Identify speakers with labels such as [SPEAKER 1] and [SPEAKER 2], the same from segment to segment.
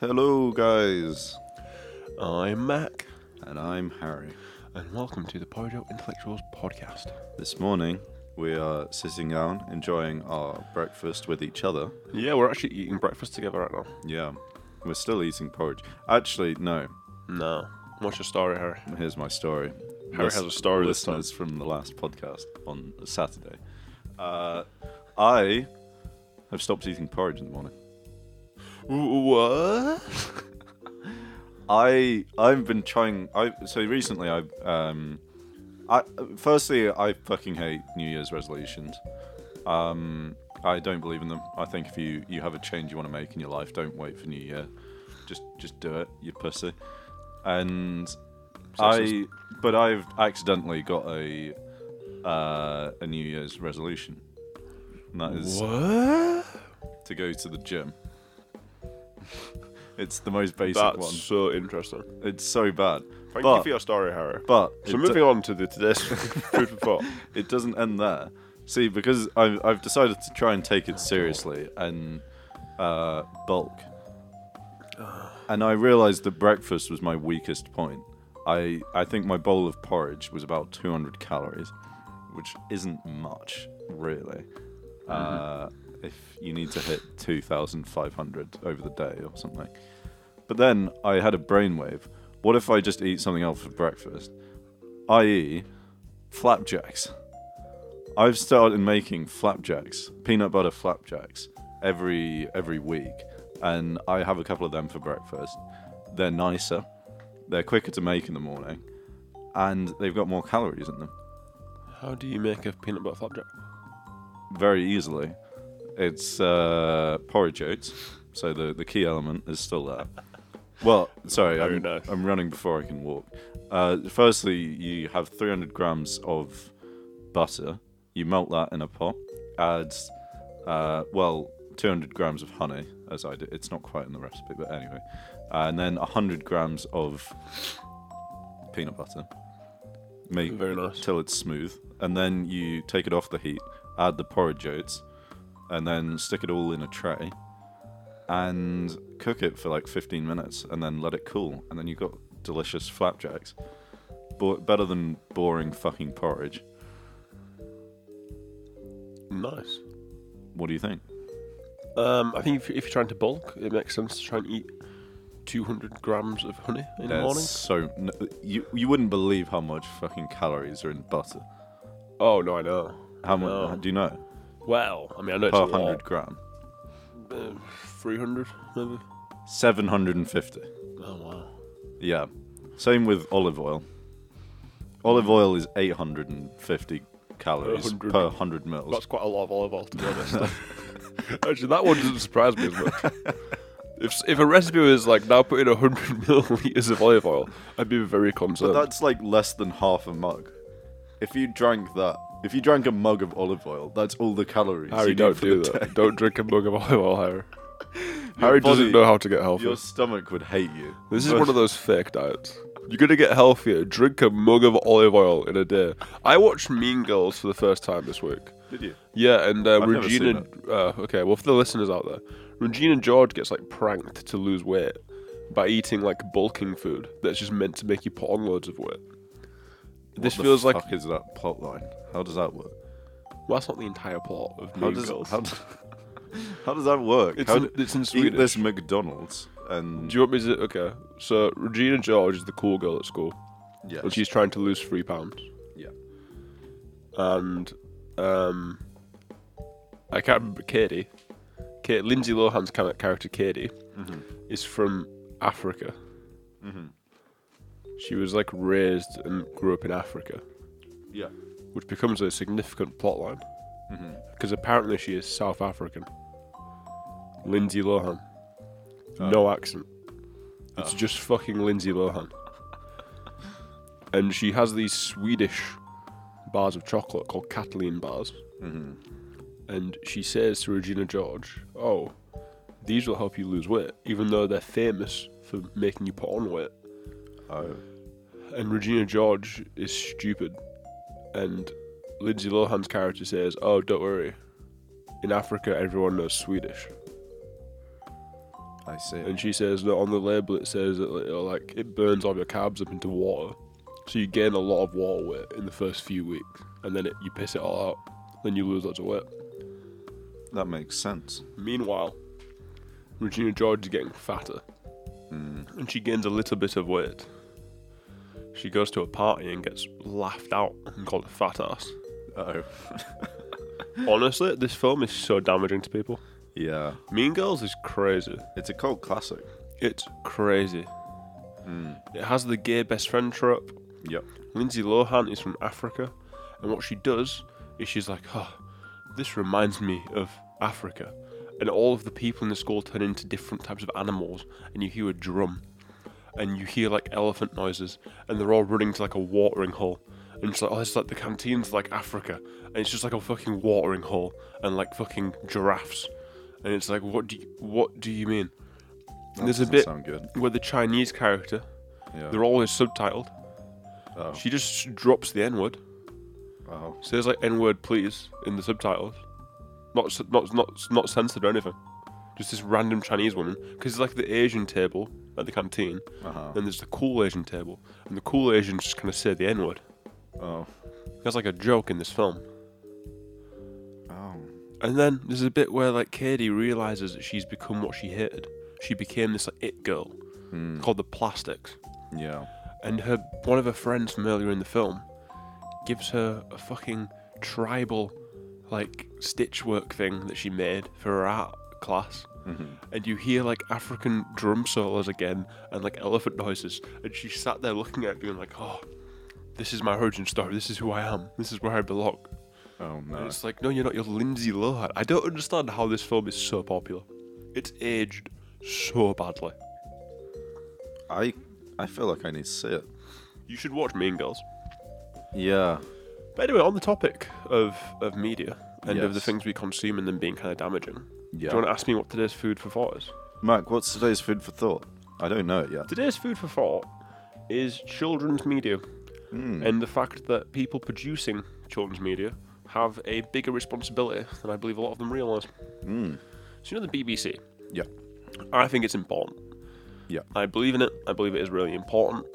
[SPEAKER 1] Hello, guys.
[SPEAKER 2] I'm Mac,
[SPEAKER 1] And I'm Harry.
[SPEAKER 2] and welcome to the Pojo Intellectuals podcast.
[SPEAKER 1] This morning, we are sitting down, enjoying our breakfast with each other.
[SPEAKER 2] Yeah, we're actually eating breakfast together right now.
[SPEAKER 1] Yeah, we're still eating porridge. Actually, no.
[SPEAKER 2] No. What's your story, Harry?
[SPEAKER 1] Here's my story.
[SPEAKER 2] Harry has a story this time.
[SPEAKER 1] listeners from the last podcast on Saturday. Uh, I have stopped eating porridge in the morning.
[SPEAKER 2] What?
[SPEAKER 1] I I've been trying. I so recently I um, I firstly I fucking hate New Year's resolutions. Um, I don't believe in them. I think if you you have a change you want to make in your life, don't wait for New Year. Just just do it, you pussy. And I
[SPEAKER 2] Sexist.
[SPEAKER 1] but I've accidentally got a uh, a New Year's resolution. And that is
[SPEAKER 2] What?
[SPEAKER 1] to go to the gym. it's the most basic
[SPEAKER 2] That's
[SPEAKER 1] one.
[SPEAKER 2] so interesting.
[SPEAKER 1] It's so bad.
[SPEAKER 2] Thank
[SPEAKER 1] but,
[SPEAKER 2] you for your story, Harry.
[SPEAKER 1] but
[SPEAKER 2] so
[SPEAKER 1] it,
[SPEAKER 2] moving
[SPEAKER 1] do-
[SPEAKER 2] on to the today's food for thought.
[SPEAKER 1] it doesn't end there. See, because I've, I've decided to try and take it seriously and uh, bulk. And I realised that breakfast was my weakest point. I, I think my bowl of porridge was about 200 calories, which isn't much, really. Uh, if you need to hit 2,500 over the day or something. But then I had a brainwave. What if I just eat something else for breakfast? E, I.e., flapjacks. I've started making flapjacks, peanut butter flapjacks, every every week, and I have a couple of them for breakfast. They're nicer, they're quicker to make in the morning, and they've got more calories in them.
[SPEAKER 2] How do you make a peanut butter flapjack?
[SPEAKER 1] Very easily, it's uh, porridge oats, so the the key element is still there. Well, sorry,
[SPEAKER 2] Very
[SPEAKER 1] I'm,
[SPEAKER 2] nice.
[SPEAKER 1] I'm running before I can walk. Uh, firstly, you have 300 grams of butter. You melt that in a pot. Add, uh, well, 200 grams of honey, as I did. It's not quite in the recipe, but anyway. Uh, and then 100 grams of peanut butter. Make
[SPEAKER 2] Very nice.
[SPEAKER 1] Till it's smooth. And then you take it off the heat, add the porridge oats, and then stick it all in a tray and cook it for like 15 minutes and then let it cool and then you've got delicious flapjacks Bo- better than boring fucking porridge
[SPEAKER 2] Nice.
[SPEAKER 1] what do you think
[SPEAKER 2] Um, I think if, if you're trying to bulk, it makes sense to try and eat 200 grams of honey in the
[SPEAKER 1] There's
[SPEAKER 2] morning.
[SPEAKER 1] so n you, you wouldn't believe how much fucking calories are in butter
[SPEAKER 2] Oh, no, I know.
[SPEAKER 1] how much
[SPEAKER 2] No.
[SPEAKER 1] do you know
[SPEAKER 2] Well, I mean, I know it's
[SPEAKER 1] per
[SPEAKER 2] a lot.
[SPEAKER 1] 100 gram
[SPEAKER 2] Uh, 300 maybe
[SPEAKER 1] 750
[SPEAKER 2] oh wow
[SPEAKER 1] yeah same with olive oil olive oil is 850 calories
[SPEAKER 2] 100.
[SPEAKER 1] per 100 mils
[SPEAKER 2] that's quite a lot of olive oil to be honest actually that one doesn't surprise me as much if, if a recipe was like now put in 100 milliliters of olive oil i'd be very concerned
[SPEAKER 1] But that's like less than half a mug. If you drank that, if you drank a mug of olive oil, that's all the calories. you
[SPEAKER 2] harry
[SPEAKER 1] need
[SPEAKER 2] don't
[SPEAKER 1] for
[SPEAKER 2] do
[SPEAKER 1] the
[SPEAKER 2] that
[SPEAKER 1] day.
[SPEAKER 2] don't drink a mug of olive oil harry harry doesn't
[SPEAKER 1] body-
[SPEAKER 2] know how to get healthy
[SPEAKER 1] Your stomach would hate you.
[SPEAKER 2] this is one of those fake diets you're gonna get healthier drink a mug of olive oil in a day i watched mean girls for the first time this week
[SPEAKER 1] Did you?
[SPEAKER 2] Yeah, and uh,
[SPEAKER 1] I've never seen
[SPEAKER 2] Regina. Uh, okay, well, for the listeners out there, Regina George gets like pranked to lose weight by eating like bulking food that's just meant to make you put on loads of weight. this
[SPEAKER 1] what
[SPEAKER 2] feels
[SPEAKER 1] the
[SPEAKER 2] like
[SPEAKER 1] fuck is that plot line? How does that work?
[SPEAKER 2] well, that's not the entire plot of
[SPEAKER 1] How
[SPEAKER 2] Mean
[SPEAKER 1] does
[SPEAKER 2] Girls.
[SPEAKER 1] how, d- how does that work?
[SPEAKER 2] It's
[SPEAKER 1] how
[SPEAKER 2] in-
[SPEAKER 1] d-
[SPEAKER 2] it's in
[SPEAKER 1] eat this
[SPEAKER 2] Swedish.
[SPEAKER 1] McDonald's and
[SPEAKER 2] Do you want me to? Okay, so Regina George is the cool girl at school,
[SPEAKER 1] yeah,
[SPEAKER 2] and she's trying to lose three pounds.
[SPEAKER 1] yeah,
[SPEAKER 2] and um, I can't remember Katie. Kate, Lindsay Lohan's char- character Katie is from Africa. She was like raised and grew up in Africa,
[SPEAKER 1] yeah.
[SPEAKER 2] which becomes a significant plotline because apparently she is South African. Lindsay Lohan, no accent. It's just fucking Lindsay Lohan, and she has these Swedish bars of chocolate called Kathleen bars.
[SPEAKER 1] Mm-hmm.
[SPEAKER 2] And she says to Regina George, Oh, these will help you lose weight, even though they're famous for making you put on weight.
[SPEAKER 1] Oh,
[SPEAKER 2] And Regina George is stupid. And Lindsay Lohan's character says, Oh, don't worry. In Africa, everyone knows Swedish.
[SPEAKER 1] I see.
[SPEAKER 2] and she says that on the label it says that like, uh, like it burns all your carbs up into water, so you gain a lot of water weight in the first few weeks, and then it, you piss it all out, then you lose lots of weight.
[SPEAKER 1] That makes sense.
[SPEAKER 2] Meanwhile, Regina George is getting fatter,
[SPEAKER 1] Mm.
[SPEAKER 2] and she gains a little bit of weight. She goes to a party and gets laughed out and called a fat ass.
[SPEAKER 1] Oh,
[SPEAKER 2] Honestly, this film is so damaging to people.
[SPEAKER 1] yeah.
[SPEAKER 2] Mean Girls is crazy.
[SPEAKER 1] It's a cult classic.
[SPEAKER 2] It's crazy. It has the gay best friend trope.
[SPEAKER 1] Yep.
[SPEAKER 2] Lindsay Lohan is from Africa, and what she does is she's like, oh, this reminds me of Africa. And all of the people in the school turn into different types of animals, and you hear a drum, and you hear like elephant noises, and they're all running to like a watering hole. And it's like, oh, it's like the canteen's like Africa, and it's just like a fucking watering hole, and like fucking giraffes. And it's like, what do you, what do you mean?
[SPEAKER 1] That
[SPEAKER 2] There's a
[SPEAKER 1] doesn't
[SPEAKER 2] bit-
[SPEAKER 1] Sound good.
[SPEAKER 2] With the Chinese character,
[SPEAKER 1] Yeah.
[SPEAKER 2] they're always subtitled.
[SPEAKER 1] Oh.
[SPEAKER 2] She just drops the N word.
[SPEAKER 1] Wow.
[SPEAKER 2] Says like N word, please, in the subtitles. Not s- not not not censored or anything. Just this random Chinese woman, because it's like the Asian table at the canteen,
[SPEAKER 1] Uh-huh.
[SPEAKER 2] then there's the cool Asian table, and the cool Asians just kind of say the N word.
[SPEAKER 1] Oh.
[SPEAKER 2] That's like a joke in this film.
[SPEAKER 1] Oh.
[SPEAKER 2] And then there's a bit where like Katie realizes that she's become what she hated. She became this like it girl
[SPEAKER 1] Hmm.
[SPEAKER 2] called the Plastics,
[SPEAKER 1] Yeah.
[SPEAKER 2] and her one of her friends from earlier in the film gives her a fucking tribal like stitch work thing that she made for her art class
[SPEAKER 1] Mhm.
[SPEAKER 2] and you hear like african drum solos again and like elephant noises and she sat there looking at it being like oh this is my origin story this is who i am this is where i belong
[SPEAKER 1] Oh
[SPEAKER 2] and
[SPEAKER 1] no.
[SPEAKER 2] it's like no you're not you're lindsay lohan i don't understand how this film is so popular it's aged so badly
[SPEAKER 1] I I feel like I need to see it.
[SPEAKER 2] you should watch mean girls
[SPEAKER 1] Yeah.
[SPEAKER 2] But anyway, on the topic of, of media and of the
[SPEAKER 1] Yes.
[SPEAKER 2] things we consume and them being kind of damaging, do
[SPEAKER 1] Yeah.
[SPEAKER 2] you want to ask me what today's food for thought is?
[SPEAKER 1] Mark, what's today's food for thought? I don't know it yet.
[SPEAKER 2] Today's food for thought is children's media
[SPEAKER 1] Hmm.
[SPEAKER 2] and the fact that people producing children's media have a bigger responsibility than I believe a lot of them realise.
[SPEAKER 1] Mm.
[SPEAKER 2] So, you know, the BBC,
[SPEAKER 1] Yeah.
[SPEAKER 2] I think it's important.
[SPEAKER 1] Yeah.
[SPEAKER 2] I believe in it. I believe it is really important.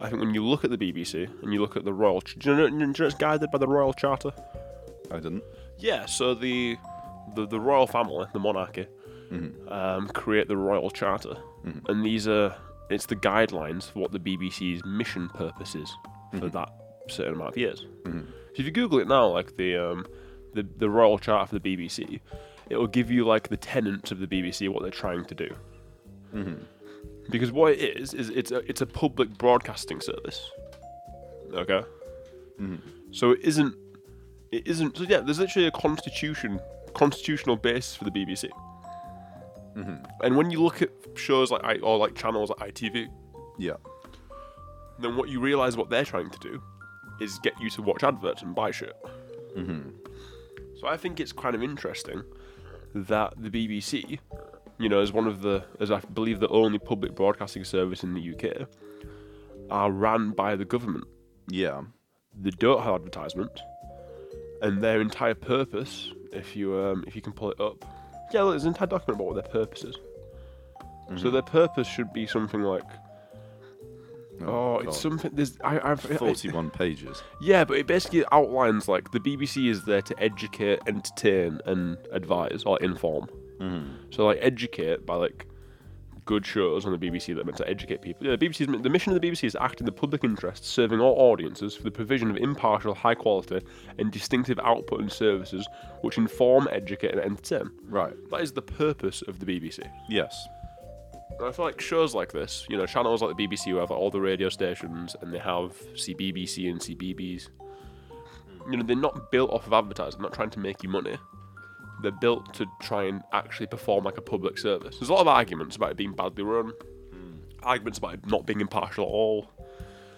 [SPEAKER 2] I think when you look at the BBC and you look at the Royal, Ch- do you know, do you know it's guided by the Royal Charter?
[SPEAKER 1] I didn't.
[SPEAKER 2] Yeah, so the the, the royal family, the monarchy, um, create the royal charter, and these are it's the guidelines for what the BBC's mission purpose is for that certain amount of years. So if you Google it now, like the um, the the royal charter for the BBC, it will give you like the tenets of the BBC, what they're trying to do. Because what it is is it's a, it's a public broadcasting service. Okay. So it isn't it isn't. So yeah, there's literally a constitution, constitutional basis for the BBC. And when you look at shows like I or like channels like ITV,
[SPEAKER 1] Yeah.
[SPEAKER 2] then what you realise what they're trying to do is get you to watch adverts and buy shit. So I think it's kind of interesting that the BBC, you know, as one of the, as I believe the only public broadcasting service in the UK, are ran by the government
[SPEAKER 1] Yeah.
[SPEAKER 2] they don't have advertisement, and their entire purpose, if you um, if you can pull it up, yeah, look, there's an entire document about what their purpose is. So their purpose should be something like, oh,
[SPEAKER 1] God.
[SPEAKER 2] it's something. There's I, I've it-
[SPEAKER 1] Forty-one pages.
[SPEAKER 2] yeah, but it basically outlines like the BBC is there to educate, entertain, and advise or inform. So like educate by like good shows on the BBC that are meant to educate people. Yeah, the BBC's the mission of the BBC is to act in the public interest, serving all audiences for the provision of impartial, high quality, and distinctive output and services which inform, educate, and entertain.
[SPEAKER 1] Right.
[SPEAKER 2] That is the purpose of the BBC.
[SPEAKER 1] Yes.
[SPEAKER 2] And I feel like shows like this, you know, channels like the BBC who have all the radio stations and they have CBBC and CBBS. You know, they're not built off of advertising. They're not trying to make you money. They're built to try and actually perform like a public service. There's a lot of arguments about it being badly run, arguments about it not being impartial at all.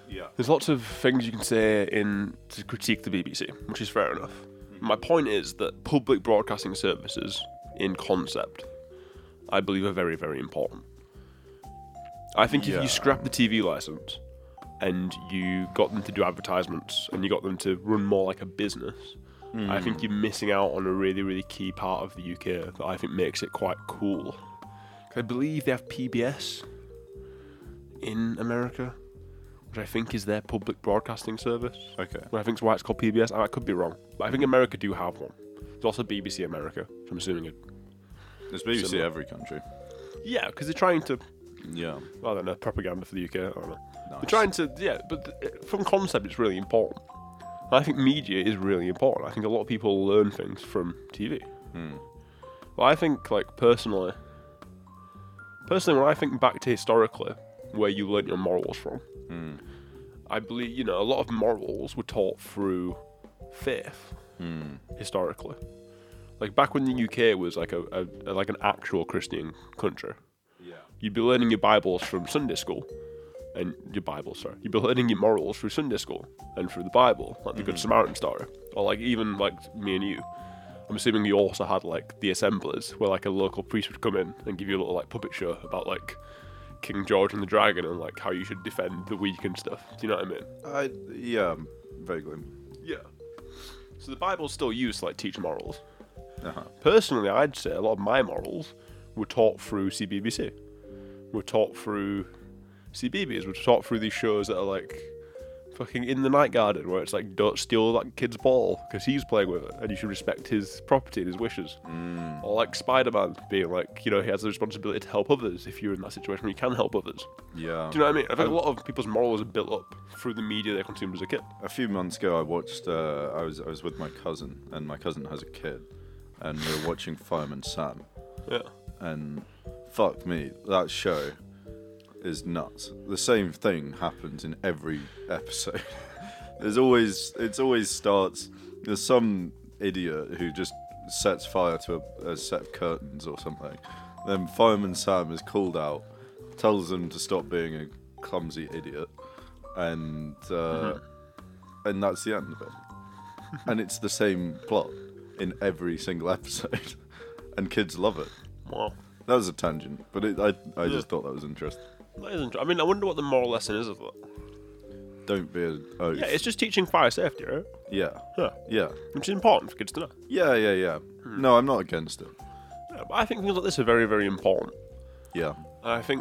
[SPEAKER 1] Yeah.
[SPEAKER 2] There's lots of things you can say in to critique the BBC, which is fair enough. My point is that public broadcasting services, in concept, I believe are very, very important. I think if
[SPEAKER 1] Yeah.
[SPEAKER 2] you scrap the TV license and you got them to do advertisements and you got them to run more like a business, I think you're missing out on a really, really key part of the UK that I think makes it quite cool. I believe they have PBS in America, which I think is their public broadcasting service.
[SPEAKER 1] Okay.
[SPEAKER 2] Well, I think it's why it's called PBS. I I could be wrong, but I think America do have one. There's also BBC America. So I'm assuming it.
[SPEAKER 1] There's BBC
[SPEAKER 2] Similar.
[SPEAKER 1] every country.
[SPEAKER 2] Yeah, because they're trying to.
[SPEAKER 1] Yeah.
[SPEAKER 2] I don't know propaganda for the UK. I don't know.
[SPEAKER 1] Nice.
[SPEAKER 2] They're trying to. Yeah, but th- eh, from concept, it's really important. I think media is really important. I think a lot of people learn things from TV.
[SPEAKER 1] Hmm.
[SPEAKER 2] Well, I think like personally, personally, when I think back to historically where you learnt your morals from,
[SPEAKER 1] Mm.
[SPEAKER 2] I believe you know a lot of morals were taught through faith
[SPEAKER 1] Mm.
[SPEAKER 2] historically. Like back when the UK was like a, a, a- like an actual Christian country,
[SPEAKER 1] Yeah.
[SPEAKER 2] you'd be learning your Bibles from Sunday school, and your Bible, sorry, you'd be learning your morals through Sunday school and through the Bible, like the Good Samaritan story, or like even like me and you. I'm assuming you also had like the assemblies where like a local priest would come in and give you a little like puppet show about like King George and the Dragon and like how you should defend the weak and stuff. Do you know what I mean?
[SPEAKER 1] I yeah, vaguely.
[SPEAKER 2] Yeah. So the Bible's still used to like teach morals.
[SPEAKER 1] Uh-huh.
[SPEAKER 2] Personally, I'd say a lot of my morals were taught through CBBC, were taught through CBBS, were taught through these shows that are like fucking in the night garden, where it's like don't steal that kid's ball because he's playing with it, and you should respect his property and his wishes. Or like Spider-Man being like, you know, he has the responsibility to help others if you're in that situation where you can help others.
[SPEAKER 1] Yeah.
[SPEAKER 2] Do you know what I mean? I think a lot of people's morals are built up through the media they consumed as a kid.
[SPEAKER 1] a few months ago, I watched. Uh, I was I was with my cousin, and my cousin has a kid, and we were watching Fireman Sam,
[SPEAKER 2] Yeah.
[SPEAKER 1] and fuck me, that show is nuts. The same thing happens in every episode. There's always it's always starts. There's some idiot who just sets fire to a, a set of curtains or something. Then Fireman Sam is called out, tells them to stop being a clumsy idiot, and uh, and that's the end of it. and it's the same plot in every single episode, and kids love it.
[SPEAKER 2] Wow.
[SPEAKER 1] That was a tangent, but it, I I just thought that was interesting.
[SPEAKER 2] That is interesting. I mean, I wonder what the moral lesson is of that.
[SPEAKER 1] Don't be a oh
[SPEAKER 2] Yeah, it's just teaching fire safety, right?
[SPEAKER 1] yeah
[SPEAKER 2] Yeah. Hmm.
[SPEAKER 1] yeah
[SPEAKER 2] Which is important for kids to know.
[SPEAKER 1] yeah yeah yeah. No, I'm not against it.
[SPEAKER 2] Yeah, but I think things like this are very, very important.
[SPEAKER 1] Yeah,
[SPEAKER 2] And I think,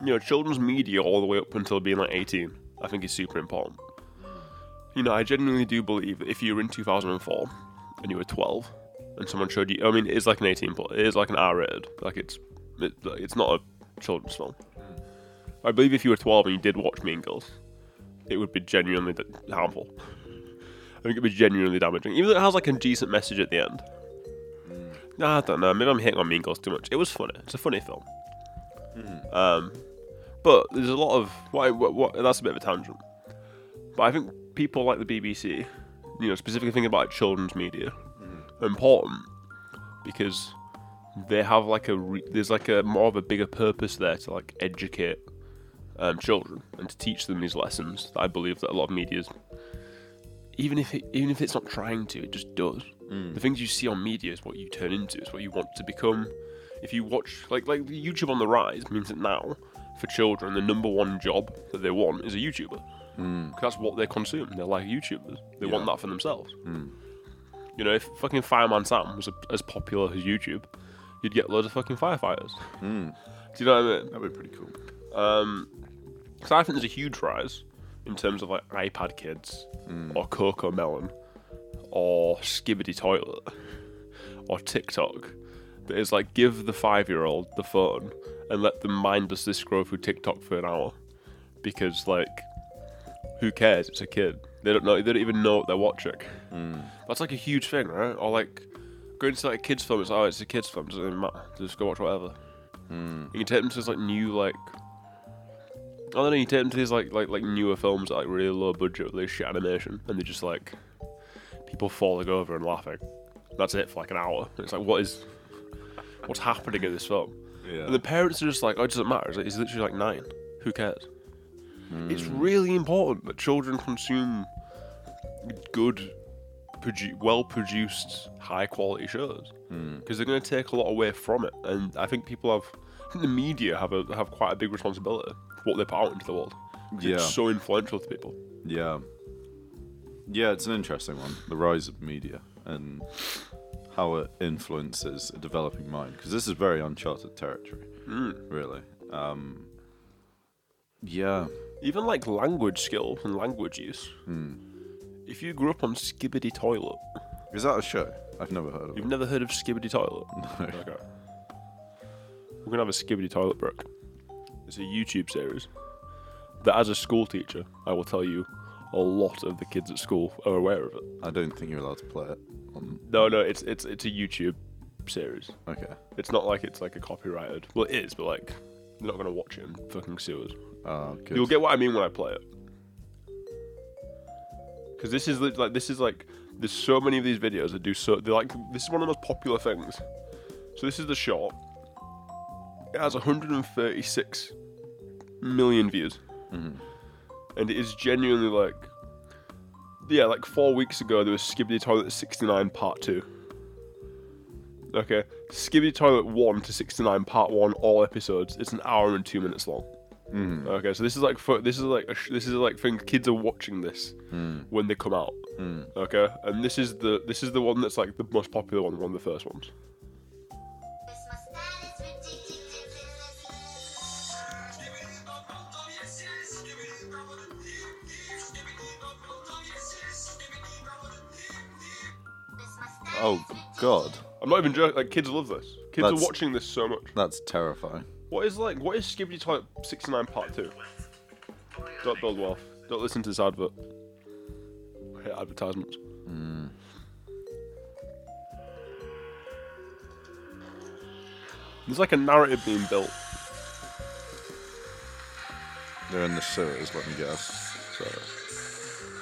[SPEAKER 2] you know, children's media all the way up until being like 18, I think is super important. You know, I genuinely do believe that if you were in 2004 and you were 12 and someone showed you, I mean, it is like an 18 plus, it is like an R rated, like it's, it, like, it's not a children's film. I believe if you were 12 and you did watch Mean Girls, it would be genuinely d- harmful. I think it would be genuinely damaging, even though it has like a decent message at the end. I don't know. Maybe I'm hitting on Mean Girls too much. It was funny. It's a funny film. Um, but there's a lot of what, what, what. That's a bit of a tangent. But I think people like the BBC, you know, specifically thinking about children's media, are important because they have like a re- there's like a more of a bigger purpose there to like educate um, children and to teach them these lessons that I believe that a lot of media's even if it, even if it's not trying to, it just does. The things you see on media is what you turn into. It's what you want to become. If you watch like like YouTube on the rise means that now for children the number one job that they want is a YouTuber. Mm. That's what they consume. They're like YouTubers. They want
[SPEAKER 1] Yeah.
[SPEAKER 2] that for themselves. You know, if fucking Fireman Sam was as popular as YouTube, you'd get loads of fucking firefighters. Do you know what I mean?
[SPEAKER 1] that'd be pretty cool.
[SPEAKER 2] Um 'cause I think there's a huge rise in terms of like iPad Kids or Coco Melon or Skibbity Toilet or TikTok that is like give the five year old the phone and let them mindlessly scroll through TikTok for an hour because like who cares? It's a kid. They don't know. They don't even know what they're watching. That's like a huge thing, right? Or like going to like a kids film. It's like, oh, it's a kids film. Doesn't even matter. Just go watch whatever. You can take them to this like new like. I don't know. You take them to these like like like newer films that are, like really low budget with like shit animation, and they're just like people falling over and laughing. That's it for like an hour. It's like what is what's happening in this film?
[SPEAKER 1] Yeah,
[SPEAKER 2] And the parents are just like, oh, it doesn't matter. It's like- He's literally like nine. Who cares? It's really important that children consume good, produ- well produced, high quality shows because they're going to take a lot away from it. And I think people have, I think the media have a, have quite a big responsibility for what they put out into the world. 'Cause
[SPEAKER 1] Yeah.
[SPEAKER 2] It's so influential to people.
[SPEAKER 1] yeah, yeah. It's an interesting one. The rise of media and how it influences a developing mind because this is very uncharted territory,
[SPEAKER 2] Hmm.
[SPEAKER 1] really. Um, yeah,
[SPEAKER 2] Even like language skill and language use. If you grew up on Skibbity Toilet,
[SPEAKER 1] is that a show? I've never heard of
[SPEAKER 2] you've
[SPEAKER 1] it.
[SPEAKER 2] never heard of Skibbity Toilet.
[SPEAKER 1] No.
[SPEAKER 2] Okay. We're gonna have a Skibbity Toilet break. It's a YouTube series that, as a school teacher, I will tell you, a lot of the kids at school are aware of it.
[SPEAKER 1] I don't think you're allowed to play it. On...
[SPEAKER 2] No, no, it's it's it's a YouTube series.
[SPEAKER 1] Okay.
[SPEAKER 2] It's not like it's like a copyrighted. Well, it is, but like they're not gonna watch it and fucking sue us.
[SPEAKER 1] Uh, good.
[SPEAKER 2] You'll get what I mean when I play it. Because this is lit- like this is like there's so many of these videos that do so they're like this is one of the most popular things. So this is the short. It has 136 million views, and it is genuinely like yeah, like four weeks ago there was Skibbity Toilet 69 Part Two. Okay, Skibbity Toilet One to 69 Part One, all episodes. It's an hour and two minutes long. Okay, so this is like for, this is like a sh- this is like thing kids are watching this when they come out. Okay, and this is the this is the one that's like the most popular one, one of the first ones.
[SPEAKER 3] Christmas that is ridiculous. Christmas that
[SPEAKER 1] Oh God,
[SPEAKER 2] I'm not even joking. Like kids love this. Kids
[SPEAKER 1] That's-
[SPEAKER 2] are watching this so much.
[SPEAKER 1] that's terrifying.
[SPEAKER 2] What is like what is Skibbity Toilet 69 Part Two? Don't build wealth. Don't listen to this advert. I hate advertisements. There's like a narrative being built.
[SPEAKER 1] They're in the sewers. Let me guess. So.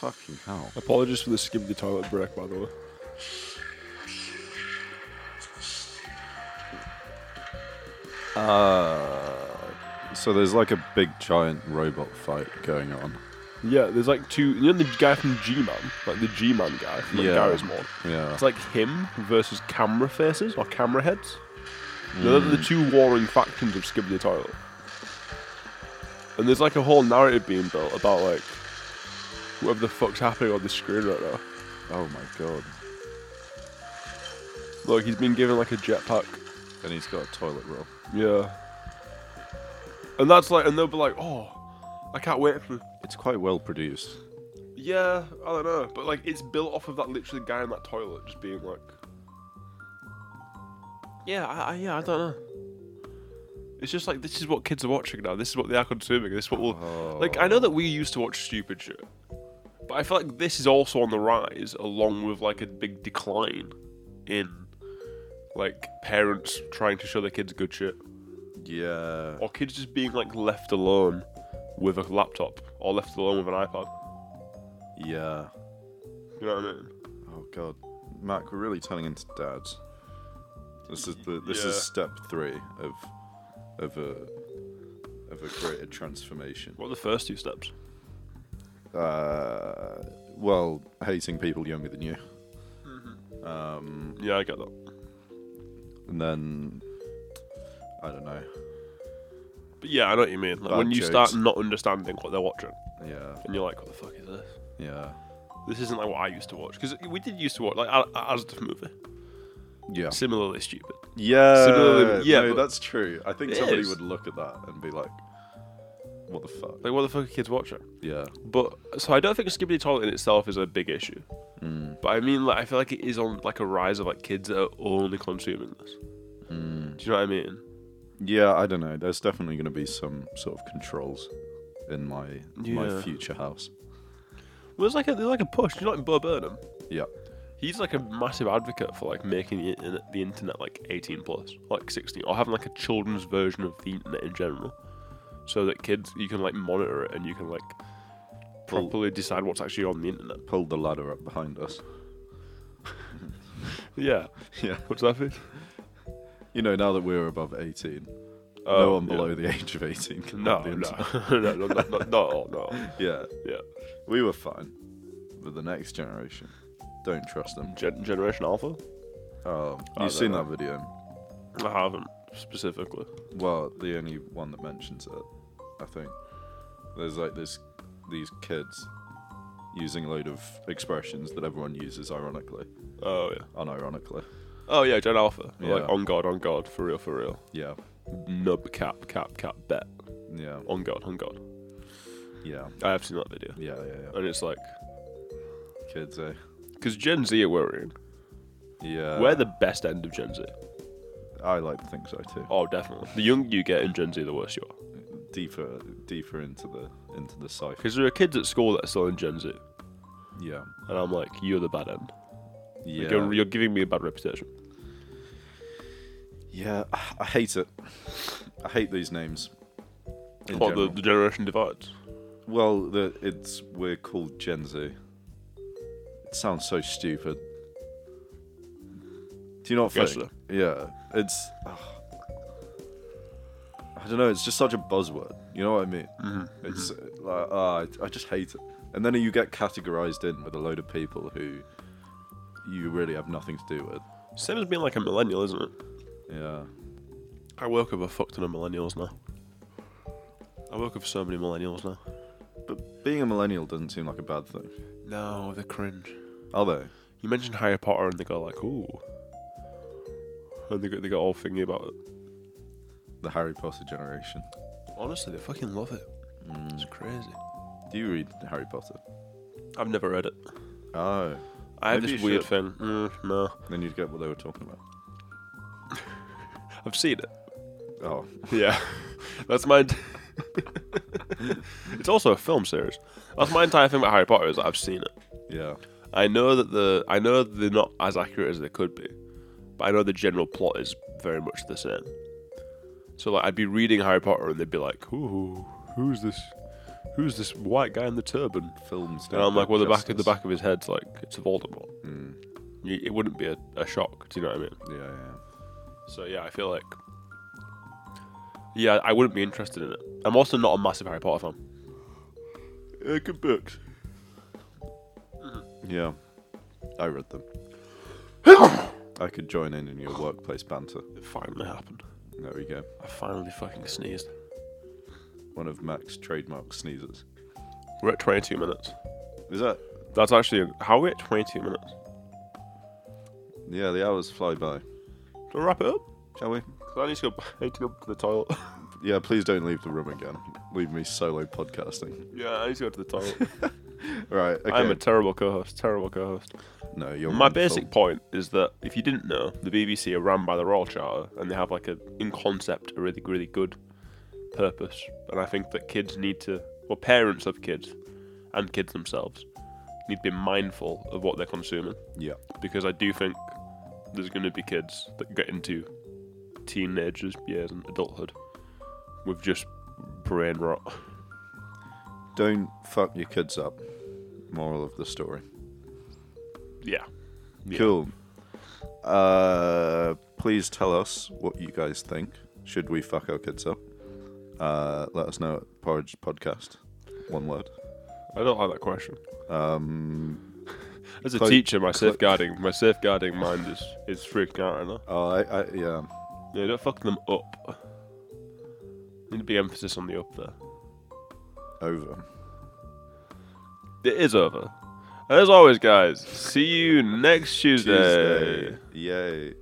[SPEAKER 1] Fucking hell.
[SPEAKER 2] Apologies for the skip the toilet break, by the way.
[SPEAKER 1] So there's like a big giant robot fight going on.
[SPEAKER 2] Yeah, there's like two. You know the guy from G Man, like the G Man guy from like
[SPEAKER 1] Yeah.
[SPEAKER 2] Garry's Mod.
[SPEAKER 1] Yeah.
[SPEAKER 2] It's like him versus camera faces or camera heads. They're
[SPEAKER 1] Hmm.
[SPEAKER 2] the two warring factions of Skibbity Toilet. And there's like a whole narrative being built about like whatever the fuck's happening on the screen right now.
[SPEAKER 1] Oh my god.
[SPEAKER 2] Look, he's been given like a jetpack.
[SPEAKER 1] And he's got a toilet roll.
[SPEAKER 2] Yeah. And that's like, and they'll be like, oh, I can't wait for
[SPEAKER 1] It's quite well produced.
[SPEAKER 2] Yeah, I don't know, but like it's built off of that literally guy in that toilet just being like, yeah, I, I, yeah, I don't know. It's just like this is what kids are watching now. This is what they are consuming. This is what will like. I know that we used to watch stupid shit, but I feel like this is also on the rise, along with like a big decline in like parents trying to show their kids good shit
[SPEAKER 1] Yeah.
[SPEAKER 2] or kids just being like left alone with a laptop or left alone with an iPad.
[SPEAKER 1] Yeah.
[SPEAKER 2] You know what I mean?
[SPEAKER 1] Oh god. Mac, we're really turning into dads. This is the this
[SPEAKER 2] Yeah.
[SPEAKER 1] is step three of of a of a greater transformation.
[SPEAKER 2] What are the first two steps?
[SPEAKER 1] Uh well, hating people younger than you.
[SPEAKER 2] Yeah, I get that.
[SPEAKER 1] And then I don't know.
[SPEAKER 2] But yeah, I know what you mean. Like
[SPEAKER 1] Bad
[SPEAKER 2] when you
[SPEAKER 1] jokes.
[SPEAKER 2] start not understanding what they're watching,
[SPEAKER 1] Yeah.
[SPEAKER 2] and you're like, "What the fuck is this?
[SPEAKER 1] Yeah.
[SPEAKER 2] This isn't like what I used to watch." Because we did used to watch like a- a- as the movie,
[SPEAKER 1] Yeah.
[SPEAKER 2] similarly stupid.
[SPEAKER 1] Yeah.
[SPEAKER 2] Similarly- yeah,
[SPEAKER 1] no,
[SPEAKER 2] but-
[SPEAKER 1] that's true. I think
[SPEAKER 2] It
[SPEAKER 1] somebody
[SPEAKER 2] is.
[SPEAKER 1] would look at that and be like, what the fuck?
[SPEAKER 2] Like what the fuck are kids watching?
[SPEAKER 1] Yeah.
[SPEAKER 2] But so I don't think Skibbity Toilet in itself is a big issue.
[SPEAKER 1] Mm.
[SPEAKER 2] But I mean, like I feel like it is on like a rise of like kids that are only consuming this.
[SPEAKER 1] Hmm.
[SPEAKER 2] Do you know what I mean?
[SPEAKER 1] Yeah, I don't know. There's definitely going to be some sort of controls in my
[SPEAKER 2] Yeah.
[SPEAKER 1] my future house.
[SPEAKER 2] Well, there's like a there's like a push. You know, like Bo Burnham.
[SPEAKER 1] Yeah.
[SPEAKER 2] He's like a massive advocate for like making the, in- the internet like 18 plus, like 16, or having like a children's version of the internet in general, so that kids you can like monitor it and you can like
[SPEAKER 1] Well-
[SPEAKER 2] properly decide what's actually on the internet.
[SPEAKER 1] Pulled the ladder up behind us.
[SPEAKER 2] Yeah.
[SPEAKER 1] Yeah.
[SPEAKER 2] What's that mean?
[SPEAKER 1] You know, now that we're above 18, no
[SPEAKER 2] Oh,
[SPEAKER 1] one
[SPEAKER 2] yeah.
[SPEAKER 1] below the age of 18 can
[SPEAKER 2] No,
[SPEAKER 1] have the
[SPEAKER 2] no,
[SPEAKER 1] internet.
[SPEAKER 2] no, no, no, not at all, no.
[SPEAKER 1] Yeah,
[SPEAKER 2] Yeah,
[SPEAKER 1] we were fine. But the next generation, don't trust them.
[SPEAKER 2] Gen- Generation Alpha.
[SPEAKER 1] Oh,
[SPEAKER 2] I
[SPEAKER 1] you've seen
[SPEAKER 2] dunno.
[SPEAKER 1] that video.
[SPEAKER 2] I haven't specifically.
[SPEAKER 1] Well, the only one that mentions it, I think. There's like this, these kids using a load of expressions that everyone uses ironically,
[SPEAKER 2] Oh yeah.
[SPEAKER 1] unironically.
[SPEAKER 2] Oh yeah, Gen Alpha.
[SPEAKER 1] Yeah.
[SPEAKER 2] Like on God, on God, for real, for real.
[SPEAKER 1] Yeah,
[SPEAKER 2] Nub cap, cap, cap, bet.
[SPEAKER 1] yeah,
[SPEAKER 2] On God, on God.
[SPEAKER 1] yeah,
[SPEAKER 2] I have seen that video,
[SPEAKER 1] yeah, yeah, yeah.
[SPEAKER 2] and it's like,
[SPEAKER 1] Kids, eh?
[SPEAKER 2] because Gen Z are worrying.
[SPEAKER 1] Yeah.
[SPEAKER 2] We're the best end of Gen Z.
[SPEAKER 1] I like to think so too.
[SPEAKER 2] Oh, definitely. The younger you get in Gen Z, the worse you are.
[SPEAKER 1] Deeper, deeper into the into the cipher.
[SPEAKER 2] Because there are kids at school that are still in Gen Z,
[SPEAKER 1] Yeah.
[SPEAKER 2] and I'm like, you're the bad end. Like,
[SPEAKER 1] Yeah.
[SPEAKER 2] you're, you're giving me a bad reputation.
[SPEAKER 1] Yeah. I- I hate it. I hate these names. in
[SPEAKER 2] What Oh, the,
[SPEAKER 1] general.
[SPEAKER 2] the generation divides?
[SPEAKER 1] Well, the, it's we're called Gen Z. It sounds so stupid. Do you not think?
[SPEAKER 2] Yes,
[SPEAKER 1] Yeah, it's. ugh. I don't know. It's just such a buzzword. You know what I mean? It's uh, like ah, I, I just hate it. And then you get categorized in with a load of people who you really have nothing to do with.
[SPEAKER 2] Same as being like a millennial, isn't it?
[SPEAKER 1] Yeah.
[SPEAKER 2] I work with a fuck ton of millennials now. I work with so many millennials now.
[SPEAKER 1] But being a millennial doesn't seem like a bad thing,
[SPEAKER 2] No, they're cringe.
[SPEAKER 1] are they?
[SPEAKER 2] You mentioned Harry Potter, and they go like, "Ooh," and they got they got all thingy about it.
[SPEAKER 1] The Harry Potter generation.
[SPEAKER 2] Honestly, they fucking love it. It's crazy.
[SPEAKER 1] Do you read Harry Potter?
[SPEAKER 2] Mm. I've never read it.
[SPEAKER 1] Oh.
[SPEAKER 2] I have
[SPEAKER 1] Maybe
[SPEAKER 2] this
[SPEAKER 1] you
[SPEAKER 2] weird
[SPEAKER 1] should.
[SPEAKER 2] thing. Mm, no,
[SPEAKER 1] Then you'd get what they were talking about.
[SPEAKER 2] I've seen it.
[SPEAKER 1] Oh,
[SPEAKER 2] Yeah, that's my. it's also a film series. That's my entire thing about Harry Potter is that I've seen it.
[SPEAKER 1] yeah.
[SPEAKER 2] I know that the I know they're not as accurate as they could be, but I know the general plot is very much the same. So like I'd be reading Harry Potter and they'd be like, "Ooh, who's this? Who's this white guy in the turban?"
[SPEAKER 1] Films.
[SPEAKER 2] And
[SPEAKER 1] don't
[SPEAKER 2] I'm like,
[SPEAKER 1] do
[SPEAKER 2] "Well, the back of the
[SPEAKER 1] justice.
[SPEAKER 2] back of his head's like it's Voldemort. You- It wouldn't be a, a shock, do you know what I mean?"
[SPEAKER 1] Mm, Yeah, yeah.
[SPEAKER 2] So yeah, I feel like yeah, I wouldn't be interested in it. I'm also not a massive Harry Potter fan. Yeah, Uh, good books.
[SPEAKER 1] Mm-hmm. Yeah, I read them. I could join in in your workplace banter.
[SPEAKER 2] It finally happened.
[SPEAKER 1] There we go.
[SPEAKER 2] I finally fucking sneezed.
[SPEAKER 1] One of Mac's trademark sneezes.
[SPEAKER 2] We're at 22 minutes.
[SPEAKER 1] Is that?
[SPEAKER 2] That's actually how are we at 22 minutes.
[SPEAKER 1] Yeah, the hours fly by.
[SPEAKER 2] Do I wrap it up?
[SPEAKER 1] Shall we?
[SPEAKER 2] 'Cause I need to go. I need to go to the toilet.
[SPEAKER 1] Yeah, please don't leave the room again. Leave me solo podcasting.
[SPEAKER 2] yeah, I need to go to the toilet.
[SPEAKER 1] Right. Okay.
[SPEAKER 2] I'm a terrible co-host. Terrible co-host.
[SPEAKER 1] no, you're
[SPEAKER 2] My
[SPEAKER 1] wonderful.
[SPEAKER 2] basic point is that if you didn't know, the BBC are run by the Royal Charter, and they have like a, in concept, a really, really good purpose. And I think that kids need to, or parents of kids, and kids themselves, need to be mindful of what they're consuming.
[SPEAKER 1] Yeah.
[SPEAKER 2] because I do think there's going to be kids that get into teenagers years and adulthood with just brain rot.
[SPEAKER 1] Don't fuck your kids up. Moral of the story.
[SPEAKER 2] Yeah. Yeah.
[SPEAKER 1] Cool. Uh, please tell us what you guys think. Should we fuck our kids up? Uh, let us know at Porridge Podcast. One word.
[SPEAKER 2] I don't like that question.
[SPEAKER 1] Um,
[SPEAKER 2] As a
[SPEAKER 1] Clo-
[SPEAKER 2] teacher, my
[SPEAKER 1] clo-
[SPEAKER 2] safeguarding my safeguarding mind is is freaking out right now.
[SPEAKER 1] oh, I, I, yeah.
[SPEAKER 2] Yeah, don't fuck them up. Need to be emphasis on the up there.
[SPEAKER 1] Over.
[SPEAKER 2] It is over. And as always, guys, see you next Tuesday.
[SPEAKER 1] Tuesday. Yay.